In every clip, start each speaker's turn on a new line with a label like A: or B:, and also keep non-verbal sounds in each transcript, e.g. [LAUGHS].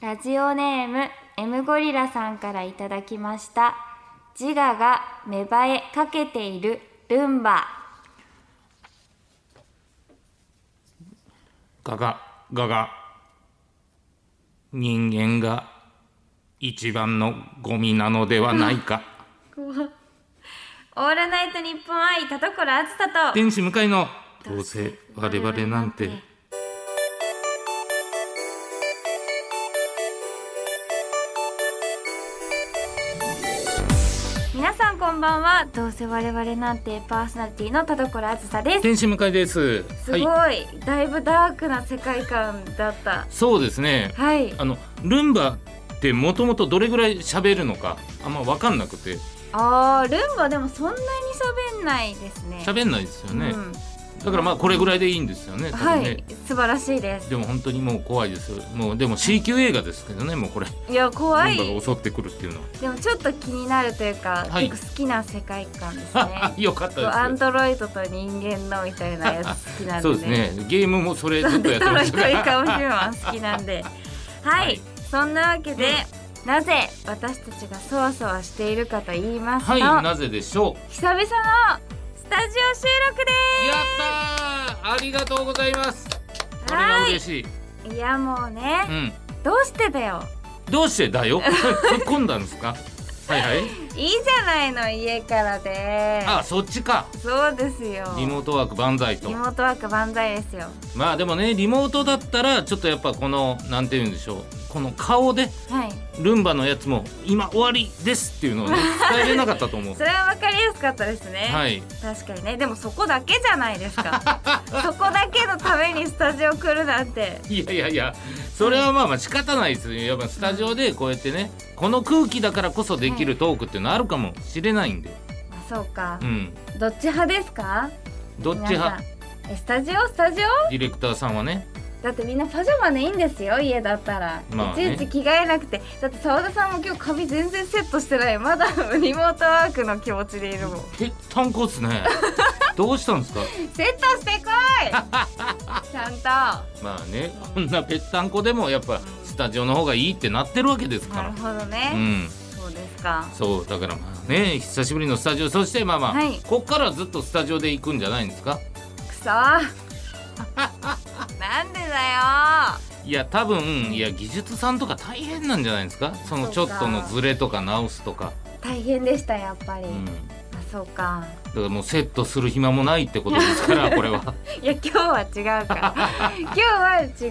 A: ラジオネーム M ゴリラさんからいただきました自我が芽生えかけているルンバ
B: ガガガガ人間が一番のゴミなのではない
A: [LAUGHS]
B: か
A: オールナイトニッポン愛田所あずさと
B: 天使向かいのどうせ我々なんて
A: 皆さんこんばんはどうせ我々なんてパーソナリティの田所あずさです
B: 天使向かいです
A: すごい、
B: はい
A: だいぶダークな世界観だった
B: そうですね
A: はい
B: あのルンバってもともとどれぐらい喋るのかあんま分かんなくて
A: あールンバでもそんなに喋んないですね
B: 喋んないですよね、
A: うん
B: だからまあこれぐらいでいいんですよね多
A: は
B: 分ね、
A: い素晴らしいです
B: でも本当にもう怖いですもうでも C 級映画ですけどねもうこれルン
A: いや怖
B: バ
A: い
B: が襲ってくるっていうのは、
A: でもちょっと気になるというか、
B: はい
A: 結構好きな世界観です
B: [LAUGHS]
A: ね
B: よかったです
A: アンドロイドと人間のみたいなやつ好きなんで
B: そうですねゲームもそれずっとやっ
A: ト
B: て
A: ロ
B: ま
A: イ
B: し
A: ト
B: た
A: リ
B: から
A: [LAUGHS] カオヒューマン好きなんではい、
B: はい
A: そんなわけで、なぜ私たちがそわそわしているかと言いますと、
B: はいなぜでしょう
A: 久々のスタジオ収録で
B: やったーありがとうございますこれ
A: は
B: が
A: い
B: 嬉しい、
A: すいやもうね、
B: うん
A: どうしてだよ
B: どうして
A: [LAUGHS]
B: だよ突っ込んだんですかはいはい
A: いいじゃないの家からで
B: あそっちか
A: そうですよ
B: リモートワーク万歳と
A: リモートワーク万歳ですよ
B: まあでもねリモートだったらちょっとやっぱこのなんて言うんでしょうこの顔で
A: はい
B: ルンバのやつも今終わりですってい
A: [LAUGHS]
B: うのを、ね、伝えれなかったと思う
A: それは分かりやすかったですね、
B: はい
A: 確かにねでもそこだけじゃないですか
B: [LAUGHS]
A: そこだけのためにスタジオ来るなんて
B: いやいやいやそれはまあまあ仕方ないですよやっぱスタジオでこうやってねこの空気だからこそできるトークっていうのはあるかもしれないんで
A: あそうか
B: う、ん
A: どっち派ですか
B: どっち
A: 皆さ
B: 派
A: んえスタジオスタジオ
B: ディレクターさんはね
A: だってみんなパジャマでいいんですよ家だったら、
B: まあね
A: いちいち着替えなくてだって澤田さんも今日髪全然セットしてないまだリモートワークの気持ちでいるもん
B: ぺったんこっす
A: [LAUGHS]
B: ねどうしたんですか
A: セットしてこ
B: [LAUGHS]
A: いちゃん
B: まあねこんなぺったんこでもやっぱスタジオの方がいいってなってるわけです
A: とな
B: か
A: る
B: ら
A: ほど
B: う
A: ね、
B: ん
A: そうですか
B: そうだからまあね久しぶりのスタジオそしてまあまあ、
A: はい
B: こっからずっとスタジオで行くんじゃないんですか
A: く
B: [LAUGHS]
A: そなんでだよ
B: いや多分いや技術さんとか大変なんじゃないですかそのちょ
A: そう
B: っ
A: か
B: とのズレとか直すとか
A: 大変でしたやっぱり、
B: うん
A: あそうか
B: だからもうセットする暇もないってことですからこ
A: [LAUGHS]
B: れはい
A: や今日は違うから
B: [LAUGHS]
A: 今日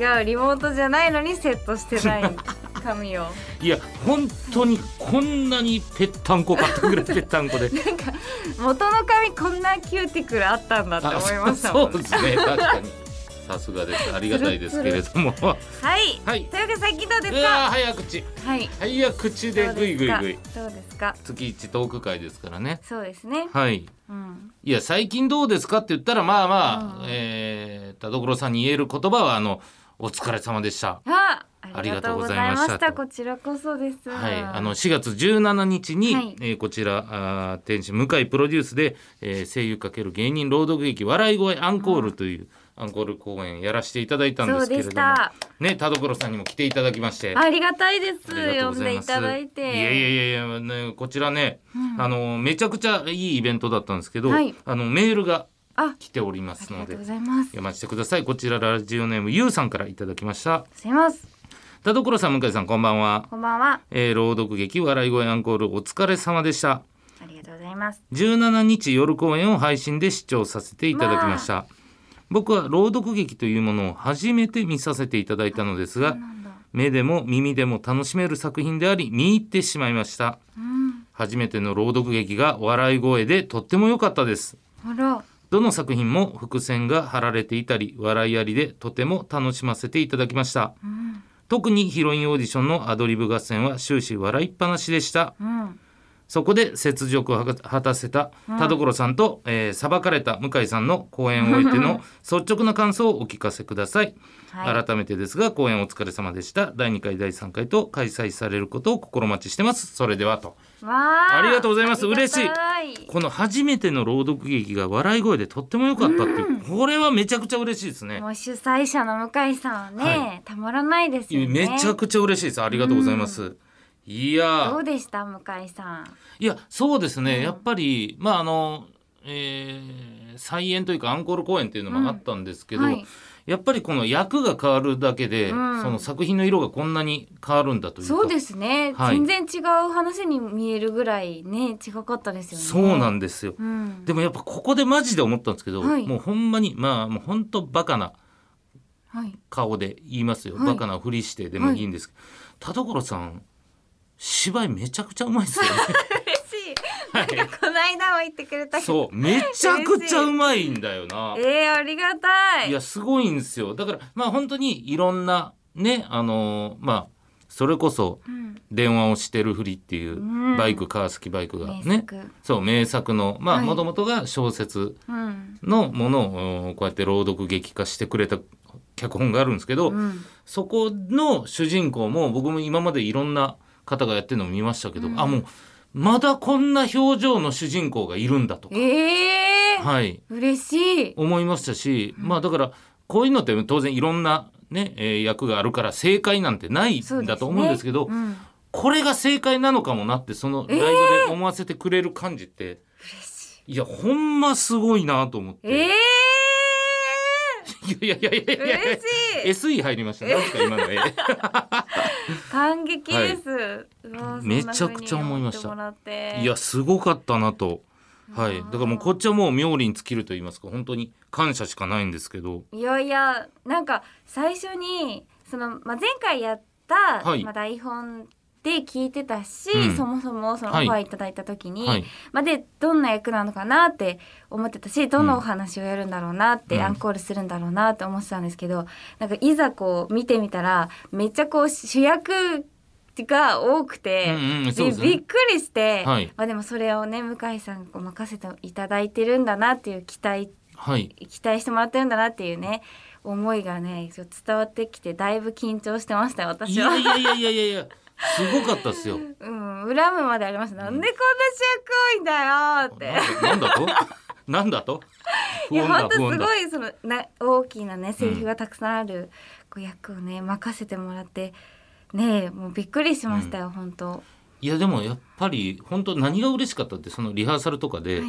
A: は違うリモートじゃないのにセットして
B: [LAUGHS]
A: ない髪を
B: いや本当にこんなにぺったんこかった
A: [LAUGHS]
B: ぐらいぺったんこで
A: 元の髪こんなキューティクルあったんだって思いましたもん
B: [LAUGHS] あそうそうですね確かにさすがですありがたいですけれども
A: はい、
B: はい
A: というわけで先どうです
B: う
A: か
B: わー早口
A: はい
B: 早口でぐいぐいぐい
A: どうですか
B: 月一トーク会ですからね
A: そうですね
B: はい
A: うん
B: いや最近どうですかって言ったらまあまあ、
A: うん
B: えー田所さんに言える言葉はあのお疲れ様でした。
A: ああ
B: あ
A: り
B: り
A: が
B: が
A: と
B: と
A: うご
B: うご
A: ざ
B: ざ
A: いま
B: いま
A: し
B: したた
A: こちらこそです
B: はい、あの4月17日に、
A: はい
B: えーこちらあー天使向井プロデュースで、えー声優×芸人朗読劇「笑い声アンコール」という、アンコール公演やらせていただいたん
A: そ
B: で
A: う
B: すけ
A: で
B: れ
A: し
B: ども、
A: た
B: ね、田所さんにも来ていただきまして
A: ありがたいです
B: ありがとう
A: 呼ん
B: ござ
A: でい
B: ます
A: ただいて
B: いやいやいやいや、ね、こちらね、
A: うん
B: あのめちゃくちゃいいイベントだったんですけど、
A: はい
B: あのメールが
A: あ
B: 来ておりま
A: あ
B: す
A: り
B: の
A: がと
B: で
A: うございます
B: 読ませてくださいこちらラジオネームゆうさんからいただきました
A: すいます
B: 田所さん向井さんこんばんは、
A: こんばんは
B: えー朗読劇笑い声アンコールお疲れ様でした
A: ありがとうございます
B: 17日夜公演を配信で視聴させていただきました、僕は朗読劇というものを初めて見させていただいたのです
A: そう
B: が
A: なんだ
B: 目でも耳でも楽しめる作品であり見入ってしまいました
A: うん
B: 初めての朗読劇が笑い声でとっても良かったです
A: ほら
B: どの作品も伏線が張られていたり笑いありでとても楽しませていただきました
A: うん
B: 特にヒロインオーディションのアドリブ合戦は終始笑いっぱなしでした
A: うん
B: そこで雪辱を果たせた田所さんと、えー裁かれた向井さんの講演を終えての [LAUGHS] 率直な感想をお聞かせください、
A: はい
B: 改めてですが講演お疲れ様でした第2回第3回と開催されることを心待ちしてますそれではと
A: わあ
B: ありがとうございます
A: ありがたい
B: この初めての朗読劇が笑い声でとっても良かったっていう、これはめちゃくちゃ嬉しいですね
A: もう主催者の向井さんはね、
B: は
A: たまらないですよね
B: めちゃくちゃ嬉しいですありがとうございます、いや
A: ど
B: ー
A: うでした向井さん
B: いやそうですね、やっぱりまああの、えー再演というかアンコール公演っていうのもあったんですけど、
A: うんはい
B: やっぱりこの役が変わるだけで、
A: うん
B: その作品の色がこんなに変わるんだというか
A: そうですね、
B: はい
A: 全然違う話に見えるぐらいね違かったですよね、
B: そうなんんですよ、
A: うん、
B: でもやっぱここでマジで思ったんですけど、
A: はい
B: もうほんまにまあもうほんとバカな
A: はい
B: 顔で言いますよ、
A: はい
B: バカなふりしてでもいいんですけど、田所さん芝居めちゃくちゃうまいですよ
A: [LAUGHS]
B: ね
A: 嬉しい、なんかこの間も言ってくれたけど
B: そうめちゃくちゃうまいんだよな
A: えー、ありがたい
B: いやすごいんですよだからまあ本当にいろんなねあのーまあそれこそ
A: うん、
B: 電話をしてるふりっていう
A: うん
B: バイク川崎バイクが
A: 名
B: ね
A: 作、
B: そう名作のまあ
A: はい
B: もともとが小説
A: うん
B: のものをうんこうやって朗読劇化してくれた脚本があるんですけど、
A: うん、
B: そこの主人公も僕も今までいろんな方がやってるのを見ましたけど、
A: うん
B: あもうまだこんな表情の主人公がいるんだとか、
A: えー、
B: はい、
A: 嬉しい
B: 思いましたし、まあだからこういうのって当然いろんな、ねえー役があるから正解なんてない
A: そうん
B: だと思うんですけど
A: ねうん、
B: これが正解なのかもなってそのライブで思わせてくれる感じって、いやほんますごいなと思って。
A: えー、
B: いやいやいやいやいや
A: 嬉しい
B: SE 入りましたね確か今の絵
A: 感激です、
B: いめちゃくちゃ思いました
A: た
B: いやすごかったなと。はい、だからもうこっちはもう妙利に尽きると言いますか本当に感謝しかないんですけど
A: いやいやなんか最初にその、まあ、前回やった、
B: はい
A: まあ、台本で聞いてたし、
B: うん
A: そもそもそのオフ
B: はい
A: ァーいただいた時に、
B: はい
A: まあ、でどんな役なのかなって思ってたしどのお話をやるんだろうなって、
B: うん
A: アンコールするんだろうなって思ってたんですけどなんかいざこう見てみたらめっちゃこう主役が多くて、
B: うんうんそう
A: び
B: ですね
A: びっくりして、
B: はい
A: まあ、でもそれをね向井さんがこう任せていただいてるんだなっていう期待
B: はい
A: 期待してもらってるんだなっていうね思いがねちょっと伝わってきてだいぶ緊張してましたよ
B: い
A: 私は
B: やいやいやいやいやいやすごかったですよ
A: うん恨むまでありましたなんでこんな主役多いんだよって
B: なんだなんだと [LAUGHS] なんだと
A: い
B: 不
A: や
B: 穏だ
A: 本
B: 不
A: 当
B: 穏
A: す
B: だ
A: ごいそのな大きなねセリフがたくさんある、こう役をね任せてもらってねえもうびっくりしましたよ、本当はい
B: やでもやっぱり本当何が嬉しかったってそのリハーサルとかで、
A: い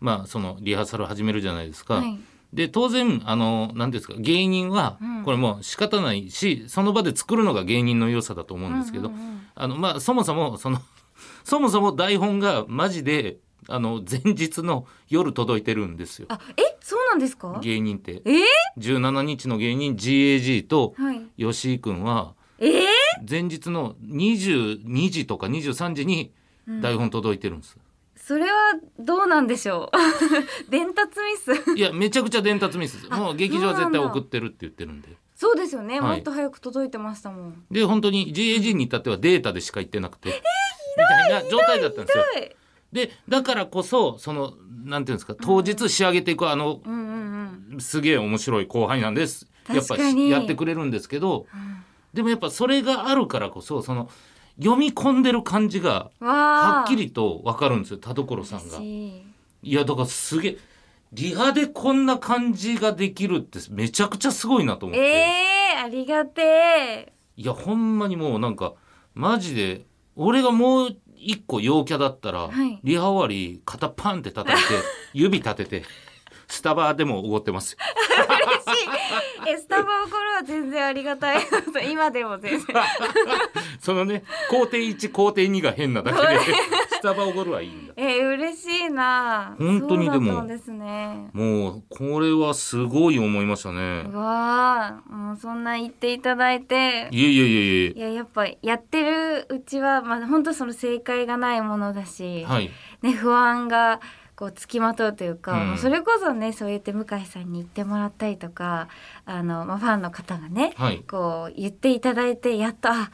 B: まあそのリハーサルを始めるじゃないですか、
A: はい
B: で当然あの何ですか芸人は
A: うん
B: これもう仕方ないし、その場で作るのが芸人の良さだと思うんですけど、
A: うんうんうん
B: あのまあそもそもその [LAUGHS] そもそも台本がマジであの前日の夜届いてるんですよ
A: あえそうなんですか
B: 芸人って
A: えー、
B: 17日の芸人 GAG と
A: はい
B: 吉井君は
A: えー
B: 前日の22時とか23時に台本届いてるんです、
A: それはどうなんでしょう [LAUGHS] 伝達ミス
B: いやめちゃくちゃ伝達ミスです
A: あ
B: もう劇場は絶対
A: そうなんだ
B: 送ってるって言ってるんで
A: そうですよね、
B: はい
A: もっと早く届いてましたもん。
B: で本当に GAG に至ってはデータでしか言ってなくて、みたいな状態だったんですよ
A: はい、
B: でだからこそそのなんていうんですか当日仕上げていくあの
A: うんうんうん。
B: すげえ面白い後輩なんですやっぱ
A: 確かに
B: やってくれるんですけどでもやっぱそれがあるからこそその読み込んでる感じが
A: わあ。
B: はっき。りと分かるんですよ田所さんが。
A: し
B: いやだからすげえリハでこんな感じができるってめちゃくちゃすごいなと思って、
A: えー、ありがてえ。
B: いやほんまにもうなんかマジで俺がもう一個陽キャだったら、
A: はい
B: リハ終わり肩パンって叩
A: [LAUGHS]
B: いて指立ててスタバでもおごってますよ
A: [LAUGHS] え、スタバお頃は全然ありがたい。 [LAUGHS] 今でも全
B: [LAUGHS]
A: 然。
B: そのね工程1工程2が変なだけでスタバおごるはいいんだ
A: えー、嬉しいな。
B: 本当に
A: そ
B: でも
A: うだったんですね。
B: もうこれはすごい思いましたね
A: うわあ、もうそんな言っていただいて。
B: いやいやいやい
A: いや、やっぱやってるうちは、まあ、本当その正解がないものだし。
B: やはい
A: ね、不安がこうつきまとうというか、
B: うん
A: もうそれこそねそうやって向井さんに言ってもらったりとかあの、まあ、ファンの方がね
B: はい
A: こう言っていただいてやっとあ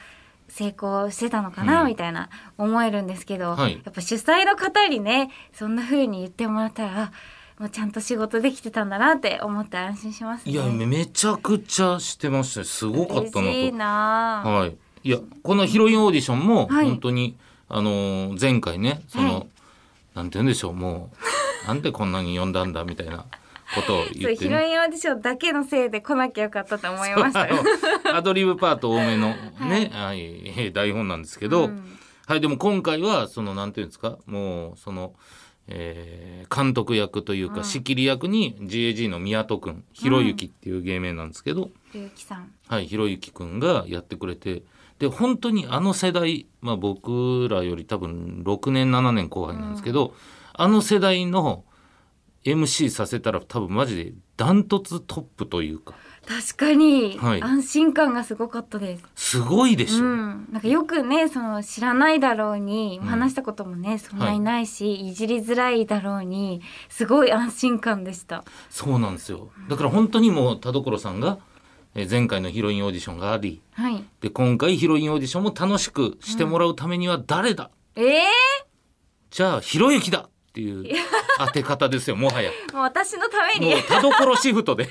A: 成功してたのかな、
B: うん
A: みたいな思えるんですけど、
B: はい
A: やっぱ主催の方にねそんな風に言ってもらったらあもうちゃんと仕事できてたんだなって思って安心しますね。
B: いやめめちゃくちゃしてましたねすごかったな
A: 嬉しい
B: と
A: なあ
B: はい、いやこのヒロインオーディションも
A: はい
B: 本当に、あのー前回ねその、
A: はい
B: なんて言うんでしょうもうなんでこんなに呼んだんだみたいなことを
A: そ
B: 言
A: う
B: って
A: ヒ
B: ね
A: ロインオーディションだけのせいで来なきゃよかったと思いま
B: [LAUGHS]
A: したよ。
B: あのアドリブパート多めのね、はい台本なんですけど、
A: うん
B: はいでも今回はそのなんていうんですかもうその、えー監督役というか、
A: うん
B: 仕切り役に GAG の宮戸くんひろゆきっていう芸名なんですけど、
A: ゆうきさん、
B: はい、ひろゆきくんがやってくれてで本当にあの世代、まあ、僕らより多分6年7年後輩なんですけど、あの世代の MC させたら多分マジでダントツトップというか
A: 確かに、
B: はい
A: 安心感がすごかったです。
B: すごいでし
A: う
B: ょ、
A: ん、なんかよくねその知らないだろうに
B: うん
A: 話したこともね、そんなにないし、い、じりづらいだろうにすごい安心感でした。
B: そうなんですよだから本当にもう田所さんがえー前回のヒロインオーディションがあり
A: はい。
B: で今回ヒロインオーディションも楽しくしてもらうためには誰だ、
A: ええ
B: じゃあひろゆきだっていう当て方ですよもはや
A: もう私のために
B: もう
A: 嬉しい
B: 田所シフトで。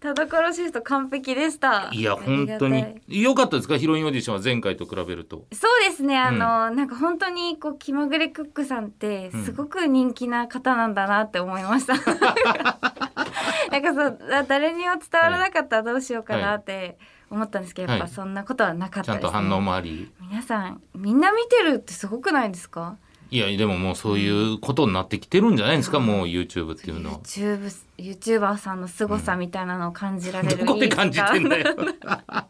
A: 田所シフト完璧でした。
B: いや
A: あり
B: 本
A: がた
B: 当
A: い
B: に良かったですかヒロインオーディションは前回と比べると。
A: そうですねあの、なんか本当にこう気まぐれクックさんって
B: うん
A: すごく人気な方なんだなって思い
B: [LAUGHS]
A: ました、なんかそうあ誰にも伝わらなかったらどうしようかなって思ったんですけど、やっ
B: は
A: ぱ
B: い
A: そんなことはなかっ
B: ち
A: た
B: ゃん
A: です、ね
B: と反応もあり
A: 皆さんみんな見てるってすごくないですか
B: いやでももうそういうことになってきてるんじゃないですかもう YouTube っていうのは。
A: YouTube YouTuber さんの凄さみたいなのを感じられる、
B: [LAUGHS] どこで感じてんだ
A: よ [LAUGHS]
B: よ [LAUGHS]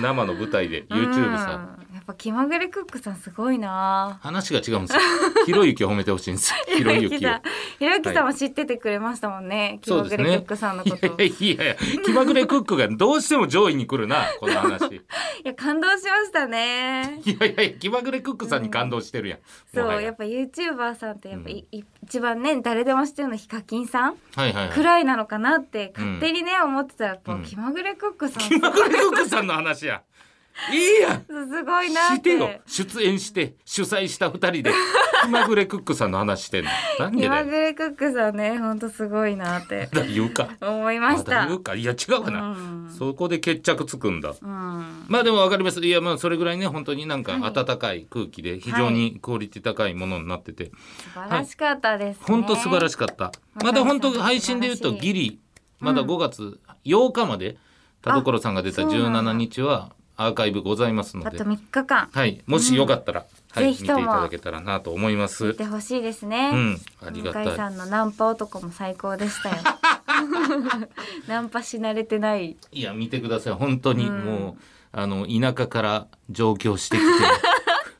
B: 生の舞台で YouTube さん。
A: やっぱ気まぐれクックさんすごいな
B: 話が違うんですよ。ひろゆきを褒めてほしいんです
A: [LAUGHS]
B: よ。ひろゆきを。
A: さんひろゆきさんも知っててくれましたもんね、気まぐれクックさんの
B: い
A: こ
B: や
A: と
B: [LAUGHS] いやいやいや気まぐれクックがどうしても上位に来るなこの話。
A: [LAUGHS]
B: い
A: いや感動しましたね。
B: やいやいや気まぐれクックさんに感動してるやん。も
A: そ
B: は
A: うや
B: や
A: っぱユーチューバーさんってやっぱい、い一番ね誰でも知ってるのヒカキンさん
B: はいはいはい。
A: くらいなのかなって勝手にね、思ってたらやっぱ
B: うん
A: 気まぐれクックさん、
B: 気まぐれクックさんの話や。いいやん。
A: すごいなっ
B: し
A: て
B: てよ出演して主催した二人
A: [LAUGHS]
B: で気まぐれクックさんの話してんの何で
A: 気
B: だ
A: ま
B: よ
A: ぐれクックさんねほんとすごいなって
B: まだ言うか
A: 思いました。
B: 言うかいや違うわな、
A: うん
B: そこで決着つくんだ
A: うん
B: まあでも分かりますいやまあそれぐらいね本当になんか温かい空気で非常にクオリティ高いものになってて、
A: 素晴らしかったですね。
B: 本当素晴ら
A: しい。
B: しかった、
A: ね
B: まだ本当配信で言うと
A: 素晴らしい
B: ギリまだ
A: うん
B: 5月8日まで田所さんが出た
A: あそうなんだ
B: 17日はアーカイブございますの
A: あ
B: で
A: と3日間
B: はい、もしよかったら、はい、
A: ぜ
B: 見
A: ひ
B: てい
A: と
B: た
A: も
B: だけたらなと思いま
A: 見
B: す。
A: てほしいですね。
B: うん、ありが
A: 向井
B: た
A: さ
B: い。
A: んのナンパ男も最高で
B: [LAUGHS]
A: したよ。ナンパし慣れてない。
B: いや、見てください。本当に、
A: うん
B: もう、あの、田舎から上京して [LAUGHS] きて、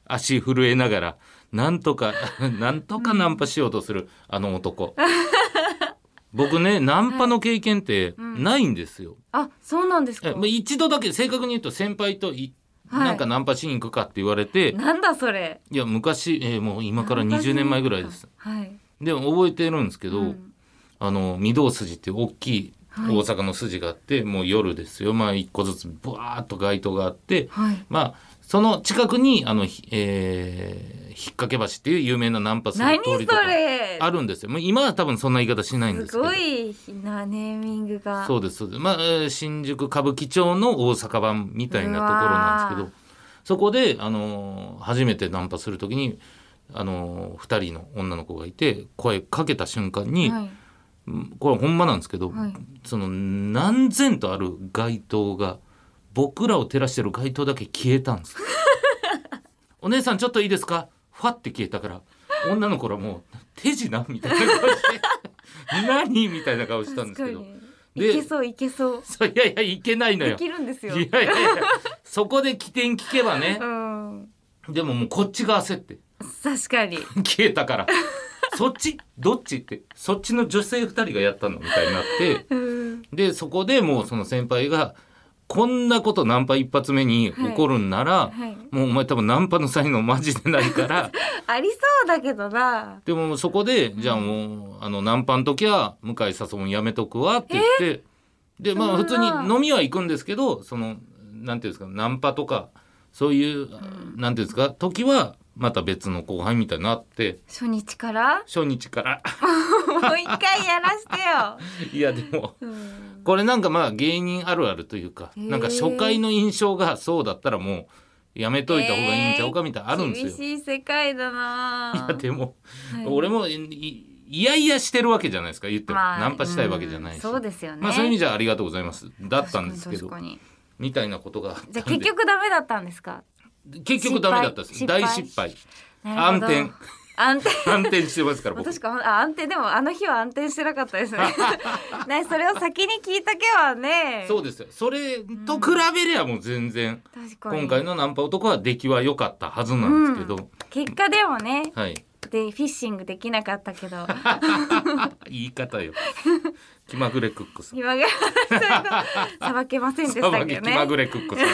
B: 足震えながら、なんとか、 [LAUGHS] なんとかナンパしようとする、あの
A: [LAUGHS]
B: 男。僕ね、ナンパの経験って
A: うん
B: ないんですよ。
A: あ、そうなんです
B: え
A: か
B: まあ。一度だけ、正確に言うと先輩とい、
A: はい
B: なんかナンパしに行くかって言われて、
A: なんだそれ。
B: いや、昔、えーもう今から20年前ぐらいです。。
A: はい。
B: でも覚えてるんですけど、
A: うん
B: あの御堂筋っていう大きい大
A: はい
B: 阪の筋があって、もう夜ですよまあ一個ずつブワーっと街灯があって
A: はい。
B: まあその近くにあの、ひえー引っ掛け橋っていう有名なナンパする
A: 何
B: 通
A: そ
B: りとか
A: れ。
B: あるんですよ、まあ、今は多分そんな言い方しないんですすけど
A: ごいなネーミングが。
B: そうですそうですまあえー新宿歌舞伎町の大阪版みたいなところなんです
A: う
B: けどそこで、あのー初めてナンパする時に、あの2人の女の子がいて声かけた瞬間に、
A: はい。
B: これほんまなんですけど、
A: はい
B: その何千とある街灯が僕らを照らしてる街灯だけ消えたん
A: [LAUGHS]
B: ですお姉さんちょっといいですかファって消えたから女の子らもう手品みたいな顔して
A: [LAUGHS]
B: 何みたいな顔したん
A: 確
B: です
A: か
B: けど
A: に。
B: で
A: いけそういけそう。
B: そういやいやいけないの
A: で
B: よ
A: きるんです
B: い
A: よ
B: や。いやいやそこで起点聞けばね
A: うん。
B: でももうこっちが焦って
A: 確か
B: [LAUGHS]
A: に。
B: 消えた
A: [LAUGHS]
B: からそっちどっちってそっちの女性2人がやったのみたいになって。
A: うん。
B: でそこでもうその先輩がこんなことナンパ一発目に起こるんなら、
A: はい。
B: もうお前多分ナンパの才能マジでないから
A: ありそうだけどな。
B: でもそこでじゃあもうあのナンパの時は向井誘うんやめとくわって言ってでまあ
A: そ
B: 普
A: んな
B: 通に飲みは行くんですけどそのなんていうんですかナンパとかそういう、なんていうんですか時はまた別の後輩みたいになって
A: 初日から [LAUGHS]
B: 初日から [LAUGHS]
A: もう一回やらしてよ。
B: いやでも
A: うん
B: これなんかまあ芸人あるあるというか
A: へー
B: なんか初回の印象がそうだったらもうやめといた方がいいんちゃうかみたいなのあるんですよ。
A: 厳しい世界だ
B: [LAUGHS] い
A: な。
B: やでも
A: はい
B: 俺もいいやいやしてるわけじゃないですか言っても、
A: まあ
B: ナンパしたいわけじゃないし、
A: うんそうですよね。
B: まあそういう意味じゃありがとうございますだ
A: だ
B: ったんですけどみたいなことがあったん
A: じ
B: で
A: ゃあ結局ダメだったんですか。
B: 結局ダメだったんです
A: 失敗
B: 大失敗
A: なるほど
B: 暗転。
A: 暗転。 [LAUGHS]
B: 反転してますから僕
A: 確かあ安定でもあの日は安定してなかったですね。 [LAUGHS] ねそれを先に聞いたけはね。
B: そうですよそれと比べりゃもう全然、
A: 確かに。
B: 今回のナンパ男は出来は良かったはずなんですけど、
A: 結果でもね、
B: はい
A: でフィッシングできなかったけ
B: [LAUGHS]
A: ど、
B: 言い
A: [LAUGHS]
B: 方よ気まぐれクックさん
A: 今がさばけませんでしたけど
B: 気ま
A: ね。
B: ぐれクッ
A: [LAUGHS]
B: クさん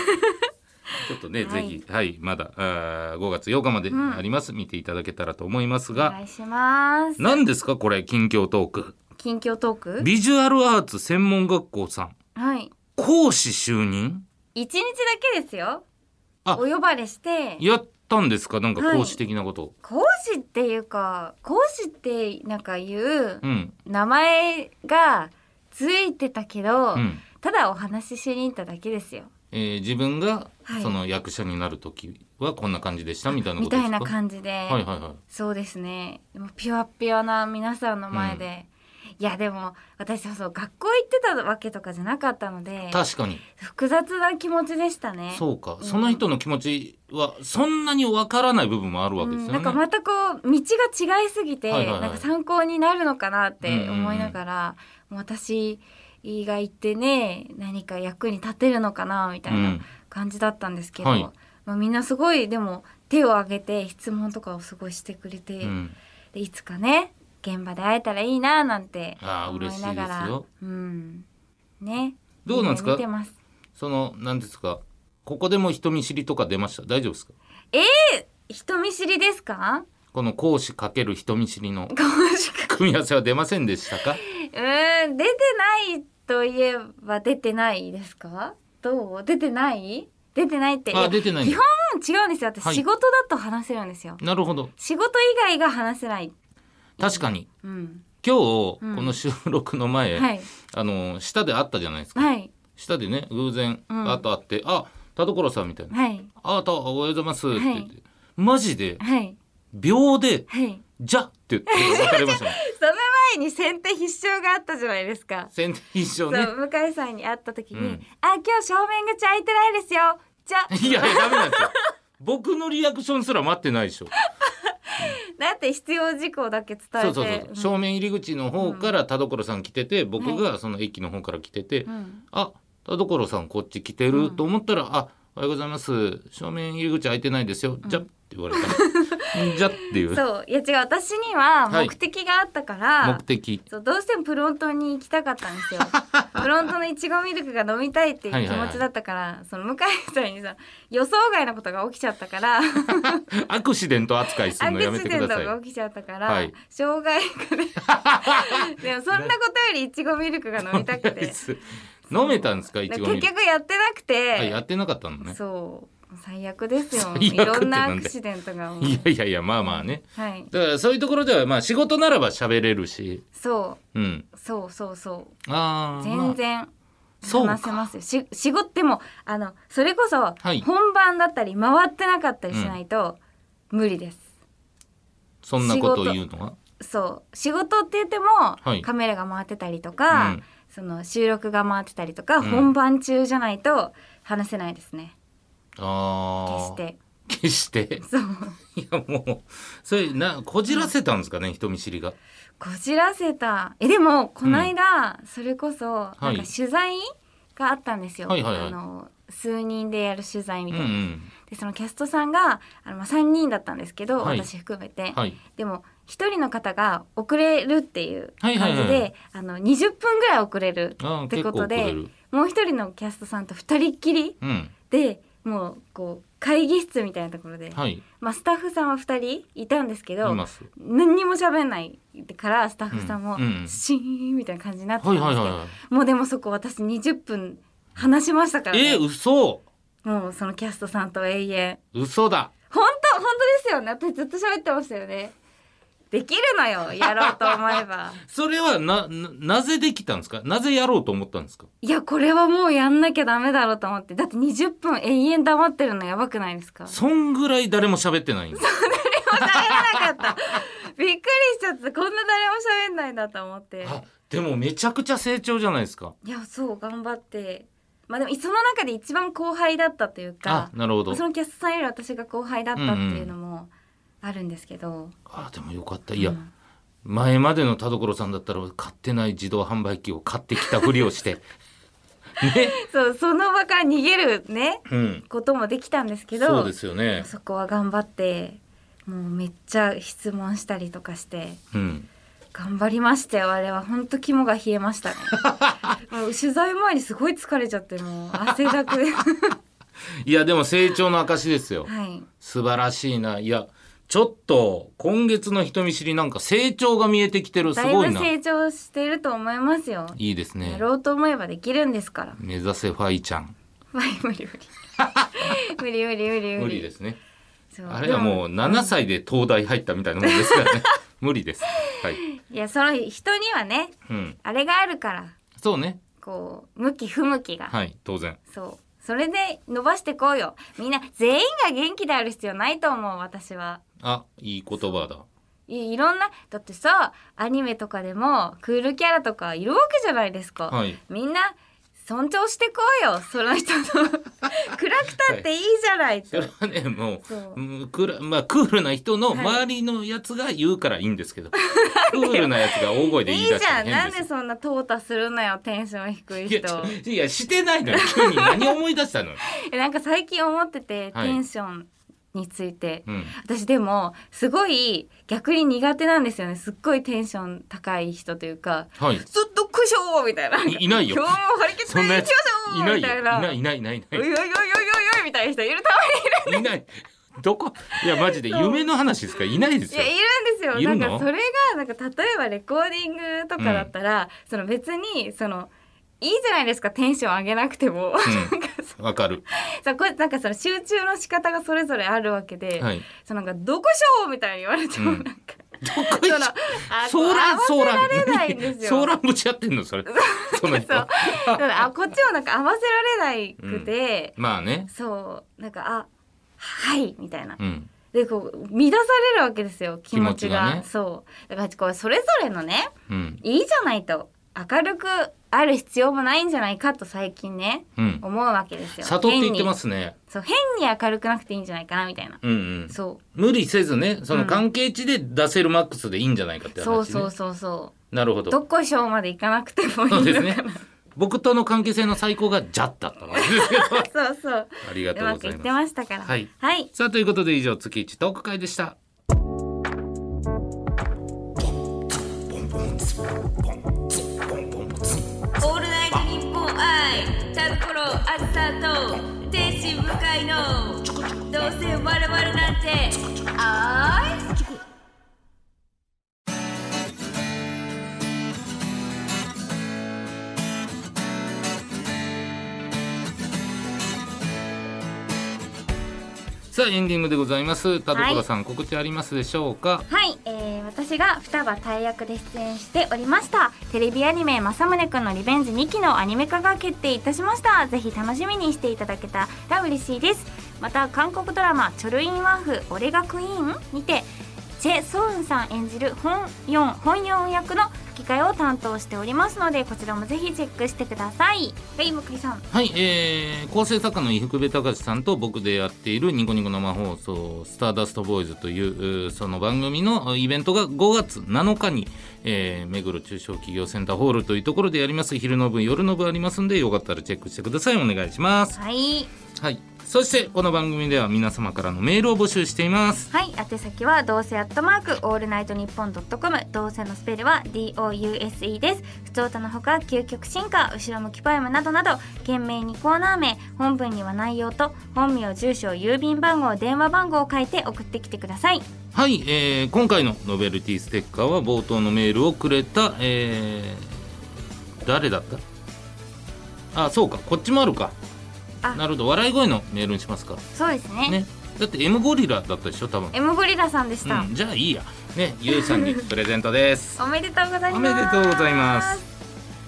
B: ちょっとね、ぜひはいまだあー5月8日まであります、見ていただけたらと思います
A: お
B: が
A: 願いします。
B: 何ですかこれ近況トーク
A: 近況トーク。
B: ビジュアルアーツ専門学校さん
A: はい。
B: 講師就任
A: 一日だけですよ。
B: あ
A: お呼ばれして。
B: やったんですかなんか
A: はい
B: 講師的なこと、
A: 講師っていうか講師ってなんかいう
B: うん
A: 名前がついてたけど、
B: うん
A: ただお話ししに行っただけですよ
B: えー自分が
A: はい
B: その役者になる時はこんな感じでしたみたいなこ
A: み
B: とで
A: た
B: す
A: い
B: か
A: な感じで、
B: はいはいはい
A: そうですねもうピュアピュアな皆さんの前で、いやでも私そうそう学校行ってたわけとかじゃなかったので
B: 確かに
A: 複雑な気持ちでしたね
B: そうか、
A: うん
B: その人の気持ちはそんなにわからない部分もあるわけですよね、
A: うん、なんか全くこう道が違いすぎて、
B: はいはいはい
A: なんか参考になるのかなって思いながら、もう私が言ってね何か役に立てるのかなみたいうなん感じだったんですけど、
B: はい
A: まあ、みんなすごいでも手を挙げて質問とかをすごいしてくれて、
B: うん
A: でいつかね現場で会えたらいいななんて
B: あー
A: 思いなが
B: 嬉しいです
A: ら
B: よ
A: うんね
B: どうなんですか
A: み見てます
B: その何ですかここでも人見知りとか出ました大丈夫ですか
A: 人見知りですか [LAUGHS]
B: この講師かける人見知りの
A: かもしれない
B: 組み合わせは出ませんでしたか
A: うーん出てないといえば出てないですかどう出てない出てないって
B: あ
A: いや
B: 出てない
A: 基本違うんですよ私、
B: はい
A: 仕事だと話せるんですよ
B: なるほど
A: 仕事以外が話せない
B: 確かに
A: うん
B: 今日、
A: うん
B: この収録の前、
A: はい
B: あの下で会ったじゃないですか、
A: はい
B: 下でね偶然
A: うん
B: あと会って「あ田所さん」みたいな
A: はい
B: 「ああたおはようございます」って言って、マジで
A: はい
B: 秒で
A: はい
B: 「じゃ」って言って別れまし
A: [LAUGHS]
B: たね
A: その前に先手必勝があったじゃないですか、
B: 先手一
A: そ
B: 緒ね
A: う向井さんに会った時に「
B: うん
A: あ今日正面口開いてないですよじゃ」
B: [LAUGHS] いやいやダメなんですよ僕のリアクションすら待ってないでしょ
A: だって必要事項だけ伝えて
B: そうそうそう、
A: うん
B: 正面入り口の方から田所さん来てて、僕がその駅の方から来てて、
A: うん
B: あ田所さんこっち来てる、
A: うん
B: と思ったら「あおはようございます正面入り口開いてないですよ、
A: ん
B: じゃ」って言われた
A: [LAUGHS]
B: じゃっていう
A: そういや違う私には
B: はい
A: 目的があったから、
B: 目的
A: そうどうしてもプロントに行きたかったん
B: [LAUGHS]
A: ですよプロントのいちごミルクが飲みたいっていう気持ちだったから、その向井さんにさ予想外のことが起きちゃったから
B: アクシデント扱いす
A: ア
B: るのや
A: ク
B: め
A: シ
B: て
A: デン
B: く
A: ト
B: ださい
A: が起きちゃったから、
B: はい
A: 障害がね
B: [LAUGHS]
A: でもそんなことよりいちごミルクが飲みたくて
B: 飲めたんですかい
A: 結
B: ちごミルク
A: 局やってなくて、
B: あやってなかったのね
A: そう最悪ですよ
B: 最悪
A: いろんな
B: ってな
A: ア
B: んだよ
A: クシデントがもう
B: いやいやいやまあまあね
A: はい
B: だからそういうところではまあ仕事ならば喋れるし
A: そ
B: うん
A: うそうそうそう
B: ああ
A: 全然
B: そうか
A: 話せますよ。し仕事でもあのそれこそ
B: はい
A: 本番だったり回ってなかったりしないと無理です。
B: そんなことを言うのは
A: そう仕事って言っても、
B: はい
A: カメラが回ってたりとか、
B: うん
A: その収録が回ってたりとか、
B: ん
A: 本番中じゃないと話せないですね。決
B: あ
A: し
B: あ
A: て
B: 決して [LAUGHS]
A: そう [LAUGHS]
B: いやもうそれなこじらせたんですかね人見知りが
A: こじらせた。えでもこの間、それこそなんか
B: はい
A: 取材があったんですよ。
B: はいはいはい
A: あの数人でやる取材
B: う
A: み
B: ん
A: た
B: う
A: いな。
B: ん
A: でそのキャストさんがあのまあ3人だったんですけど、
B: はい
A: 私含めて、
B: はい
A: でも1人の方が遅れるっていう感じで、
B: はいはいはい
A: あの20分ぐらい遅れる
B: あー
A: ってこ
B: 結構
A: と
B: 遅れ
A: で
B: る
A: もう1人のキャストさんと2人っきり
B: うん
A: でもうこう会議室みたいなところで、
B: はい
A: まあ、スタッフさんは2人いたんですけ
B: い
A: ど
B: ます
A: 何にも喋んないからスタッフさん
B: う
A: も
B: んうん
A: シーンみたいな感じになってた
B: は
A: ん
B: い
A: ですけど、
B: はいは
A: もうでもそこ私20分話しましたから
B: い
A: ね、
B: え嘘
A: もうそのキャストさんと永遠
B: 嘘だ
A: 本当本当ですよね私ずっと喋ってましたよねできるのよやろうと思え
B: [LAUGHS]
A: ば
B: それはなななぜできたんですかなぜやろうと思ったんですか
A: いやこれはもうやんなきゃダメだろうと思ってだって20分永遠黙ってるのやばくないですか
B: [LAUGHS] そんぐらい誰も喋ってないんです
A: 耐えれなかった [LAUGHS] びっくりしちゃってこんな誰も喋んないんだと思って
B: あでもめちゃくちゃ成長じゃないですか
A: いやそう頑張ってまあでもその中で一番後輩だったという
B: あ
A: か
B: なるほど
A: そのキャストさんより私が後輩だったっていうのもあるんですけど、
B: あでもよかったいや、
A: うん
B: 前までの田所さんだったら買ってない自動販売機を買ってきたふりをして [LAUGHS] ね
A: そうその場から逃げるね
B: うん
A: こともできたんですけど
B: そうですよね
A: そこは頑張ってもうめっちゃ質問したりとかして
B: うん
A: 頑張りましたよあれは本当肝が冷えました
B: [LAUGHS]
A: ねもう取材前にすごい疲れちゃってもう汗だく
B: [LAUGHS]
A: で
B: いやでも成長の証ですよ
A: はい
B: 素晴らしいないやちょっと今月の人見知りなんか成長が見えてきてるす
A: だい
B: ごい
A: ぶ
B: な
A: 成長してると思いますよ
B: いいです
A: や
B: ね
A: ろうと思えばできるんですから
B: 目指せファイちゃん
A: はい無理
B: [LAUGHS]
A: 無理無理無理無理無理
B: 無理ですね
A: そう
B: あれはもう7歳で東大入ったみたいなもんですから [LAUGHS] ね無理ですはい、
A: いやその人にはね
B: うん、
A: あれがあるから
B: そうね
A: こう向き不向きが、
B: はい当然
A: そうそれで伸ばしてこうよみんな全員が元気である必要ないと思う私は
B: あいい言葉だ
A: いいろんなだってさアニメとかでもクールキャラとかいるわけじゃないですか、
B: はい
A: みんな尊重してこうよその人
B: [LAUGHS]
A: の暗くたっていいじゃない
B: そ
A: と、
B: れはねも
A: そうう
B: うんクラまあ、クールな人の周りのやつが言うからいいんですけど、クールなやつが大声で言
A: い
B: い
A: い
B: 出し
A: じ
B: た
A: ゃ
B: ら
A: んなん
B: 変
A: で
B: です
A: そんな淘汰するのよテンション低い
B: いや
A: 人
B: ちょいやしてな
A: [LAUGHS]
B: いのよ急に何思い出したのよ、
A: えなんか最近思ってて、
B: はい
A: テンションについて、
B: うん、
A: 私でもすごい逆に苦手なんですよねすっごいテンション高い人というか
B: はい
A: ずっと苦笑みたいない
B: いない
A: [LAUGHS]
B: よ
A: 今日も張り切って
B: そんなやついない
A: み
B: よ
A: たい
B: い
A: な
B: ないいないいないい
A: おいおお
B: ない
A: いおいおいおいみたいな人いるた
B: いないどこいやマジで
A: そう
B: 夢の話ですからいないです
A: ま
B: よ
A: にいやいるんですよ
B: いるの
A: なんかそれがなんか例えばレコーディングとかだったら、その別にそのいいじゃないですかテンション上げなくても、
B: う
A: なんか
B: んわかる
A: さこれなん [LAUGHS] かその集中の仕方がそれぞれあるわけで、
B: はい
A: そのなんか「どこしょう」みたいに言われても
B: う
A: なんんか、
B: どこ
A: そのあ
B: ソーラン
A: こ
B: ソーラ
A: 合わせられないん
B: ン
A: ですよ
B: ソーランぶちやってんのそれその人
A: そううだからあこっちもなんか合わせられないくて、
B: まあね
A: そうなんか「あはい」みたいな
B: うん
A: でこう乱されるわけですよ気持ちが
B: 気持ちがね
A: そうだからこうそれぞれのね
B: うん
A: いいじゃないと明るくある必要もないんじゃないかと最近ね
B: うん
A: 思うわけですよ
B: 悟って言ってますすね
A: そう変に明るくなくていいんじゃないかなみたいな、
B: うんうん
A: そ
B: 無理せずねその
A: うん
B: 関係値で出せるマックスでいいんじゃないかっ
A: う
B: て
A: そう
B: 話
A: そう
B: ね
A: そうそ
B: なるほ
A: うど
B: ど
A: っこいしょうまでいかなくてもいい
B: そう
A: の
B: です
A: か
B: ね
A: な
B: 僕との関係性の最高がジャッだったわけですけど
A: [LAUGHS] そうそう
B: ありが
A: う
B: とう
A: ま
B: ご
A: く
B: ざ
A: い
B: い
A: って
B: ます
A: ましたから
B: はい
A: はい、
B: さあということで以上月一トーク会でした
A: オールナイトニッポン愛タルコロアスターと天使向かいのどうせ我々なんてあい
B: さあエンディングでございます田所さん、告知ありますでしょうか
A: はい、えー、私が双葉大役で出演しておりましたテレビアニメ「政宗くんのリベンジ2期」のアニメ化が決定いたしましたぜひ楽しみにしていただけたら嬉しいですまた韓国ドラマ「チョルインワーフ俺がクイーン」にてチェ・ソウンさん演じる本4本4役の吹き替えを担当しておりますのでこちらもぜひチェックしてくださいはいむくりさん
B: はい、えー、構成作家の伊福部隆さんと僕でやっているニコニコ生放送「スターダストボーイズ」といううーその番組のイベントが5月7日に、えー目黒中小企業センターホールというところでやります昼の部夜の部ありますんでよかったらチェックしてくださいお願いします、
A: はい
B: はい、そしてこの番組では皆様からのメールを募集しています
A: はい、宛先はどうせアットマークオールナイトニッポンドットコムどうせのスペルは DOUSE です不調たのほか究極進化後ろ向きポエムなどなど懸命にコーナー名本文には内容と本名住所郵便番号電話番号を書いて送ってきてください
B: はい、えー今回のノベルティステッカーは冒頭のメールをくれた、えー誰だったあそうかこっちもあるか
A: あ
B: なるほど笑い声のメールにしますか
A: そうですね
B: ねだって M ゴリラだったでしょ多分
A: M ゴリラさんでした、
B: うん、じゃあいいやねゆうさん [LAUGHS] にプレゼントです
A: おめでとうございます
B: おめでとうございます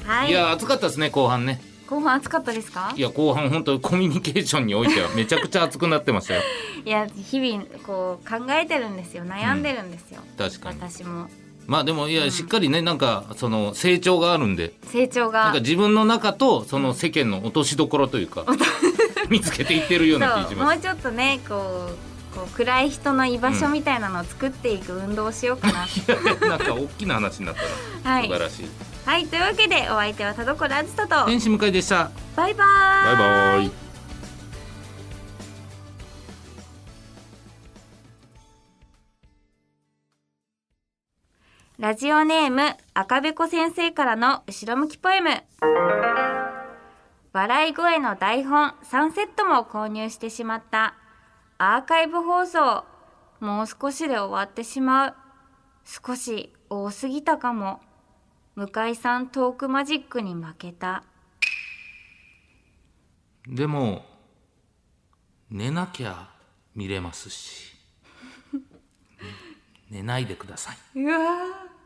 A: はい
B: いや暑かったですね後半ね
A: 後半暑かったですか
B: いや後半本当コミュニケーションにおいてはめちゃくちゃ暑くなってましたよ
A: いや日々こう考えてるんですよ悩んでるんですよ、
B: [LAUGHS] 確かに
A: 私も
B: まあでもいやしっかりねなんかその成長があるんで
A: 成長
B: なん
A: が
B: か自分の中とその世間の落としどころというか見つけていってるような気
A: そ
B: し
A: うも
B: ま
A: うちょっとねこうこう暗い人の居場所みたいなのを作っていく運動をしようかな、
B: すいやなんか大きな話になったら
A: は
B: 素
A: い
B: 晴、らしい、
A: はい、というわけでお相手は田所あずさと
B: 天使向井でした
A: バイバーイ
B: バイバイ
A: ラジオネーム赤べこ先生からの後ろ向きポエム笑い声の台本3セットも購入してしまったアーカイブ放送もう少しで終わってしまう少し多すぎたかも向井さんトークマジックに負けた
B: でも寝なきゃ見れますし寝ないでください
A: うわー